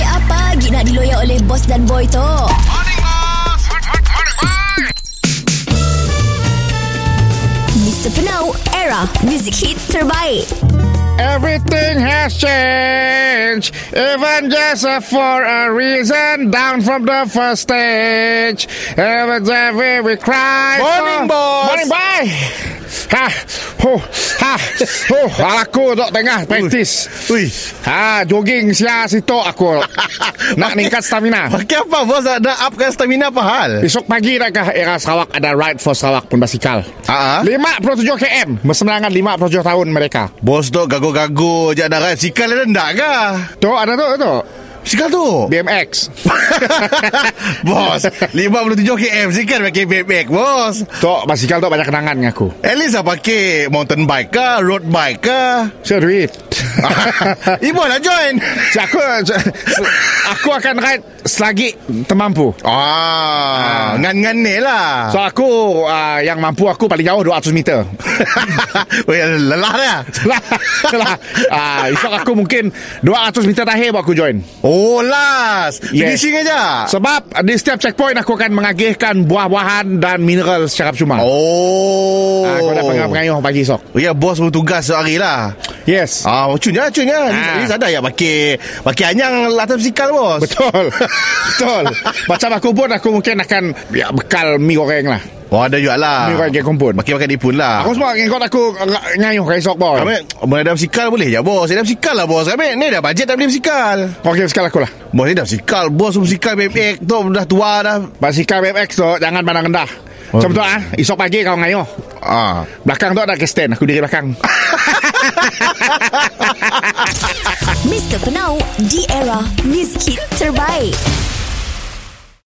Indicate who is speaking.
Speaker 1: lagi nak diloyak oleh bos dan boy tu. Mr. Penau, era music hit terbaik.
Speaker 2: Everything has changed, even just uh, for a reason. Down from the first stage, every day we- we cry. Oh,
Speaker 3: Morning, boss.
Speaker 2: Morning, boy. Ha, ho, ha, ho. Hal Aku dok tengah praktis.
Speaker 3: Ui.
Speaker 2: Ha, jogging sia situ aku. Nak ningkat stamina.
Speaker 3: Pakai apa bos? Nak, nak upkan stamina apa hal?
Speaker 2: Esok pagi nakkah era Sarawak ada ride for Sarawak pun basikal.
Speaker 3: Ah, ah.
Speaker 2: 57 km Bersemenangan 57 tahun mereka
Speaker 3: Bos tu gago-gago je nak ride Sikal dia rendah ke?
Speaker 2: Tu ada tu tu
Speaker 3: Sikal tu?
Speaker 2: BMX
Speaker 3: bos, 57 km sikal pakai backpack bos.
Speaker 2: Tu basikal tu banyak kenangan dengan aku
Speaker 3: At least lah pakai mountain bike ke, road bike ke.
Speaker 2: Saya duit
Speaker 3: Ibu nak join.
Speaker 2: Si aku Aku akan ride Selagi termampu
Speaker 3: Ah, ngan-ngan ni lah.
Speaker 2: So aku uh, Yang mampu aku paling jauh 200 meter
Speaker 3: Oi, lelah dah.
Speaker 2: Lah, lah. Ah, esok aku mungkin 200 meter terakhir baru aku join
Speaker 3: Oh, last. Finishing aja.
Speaker 2: Sebab di setiap checkpoint aku akan mengagihkan buah-buahan dan mineral secara percuma
Speaker 3: Oh.
Speaker 2: Ah, Kau dah pengayuh pagi esok
Speaker 3: Oh, Ya bos bertugas sehari lah
Speaker 2: Yes
Speaker 3: Ah, oh, cun ya, cun ya.
Speaker 2: Ah.
Speaker 3: Dia sadar ya pakai pakai anyang latar sikal bos.
Speaker 2: Betul Betul Macam aku pun Aku mungkin akan ya, Bekal mi goreng lah
Speaker 3: Oh, ada juga lah.
Speaker 2: Mi goreng kek kumpul
Speaker 3: Pakai pakai dipun lah.
Speaker 2: Aku semua ngikut aku ng- Ngayuh ke esok boy
Speaker 3: Kami Boleh ada sikal boleh je bos Saya ada sikal lah bos Kami ni dah bajet tak beli sikal
Speaker 2: Okey sekali aku lah
Speaker 3: Bos ni dah sikal Bos pun sikal bebek tu Dah tua dah
Speaker 2: Basikal BMX tu Jangan pandang rendah Macam tu ah, Esok pagi kau ngayuh
Speaker 3: Ah,
Speaker 2: Belakang tu ada ke stand Aku diri belakang
Speaker 1: Mr. Penau, di era music hit terbaik.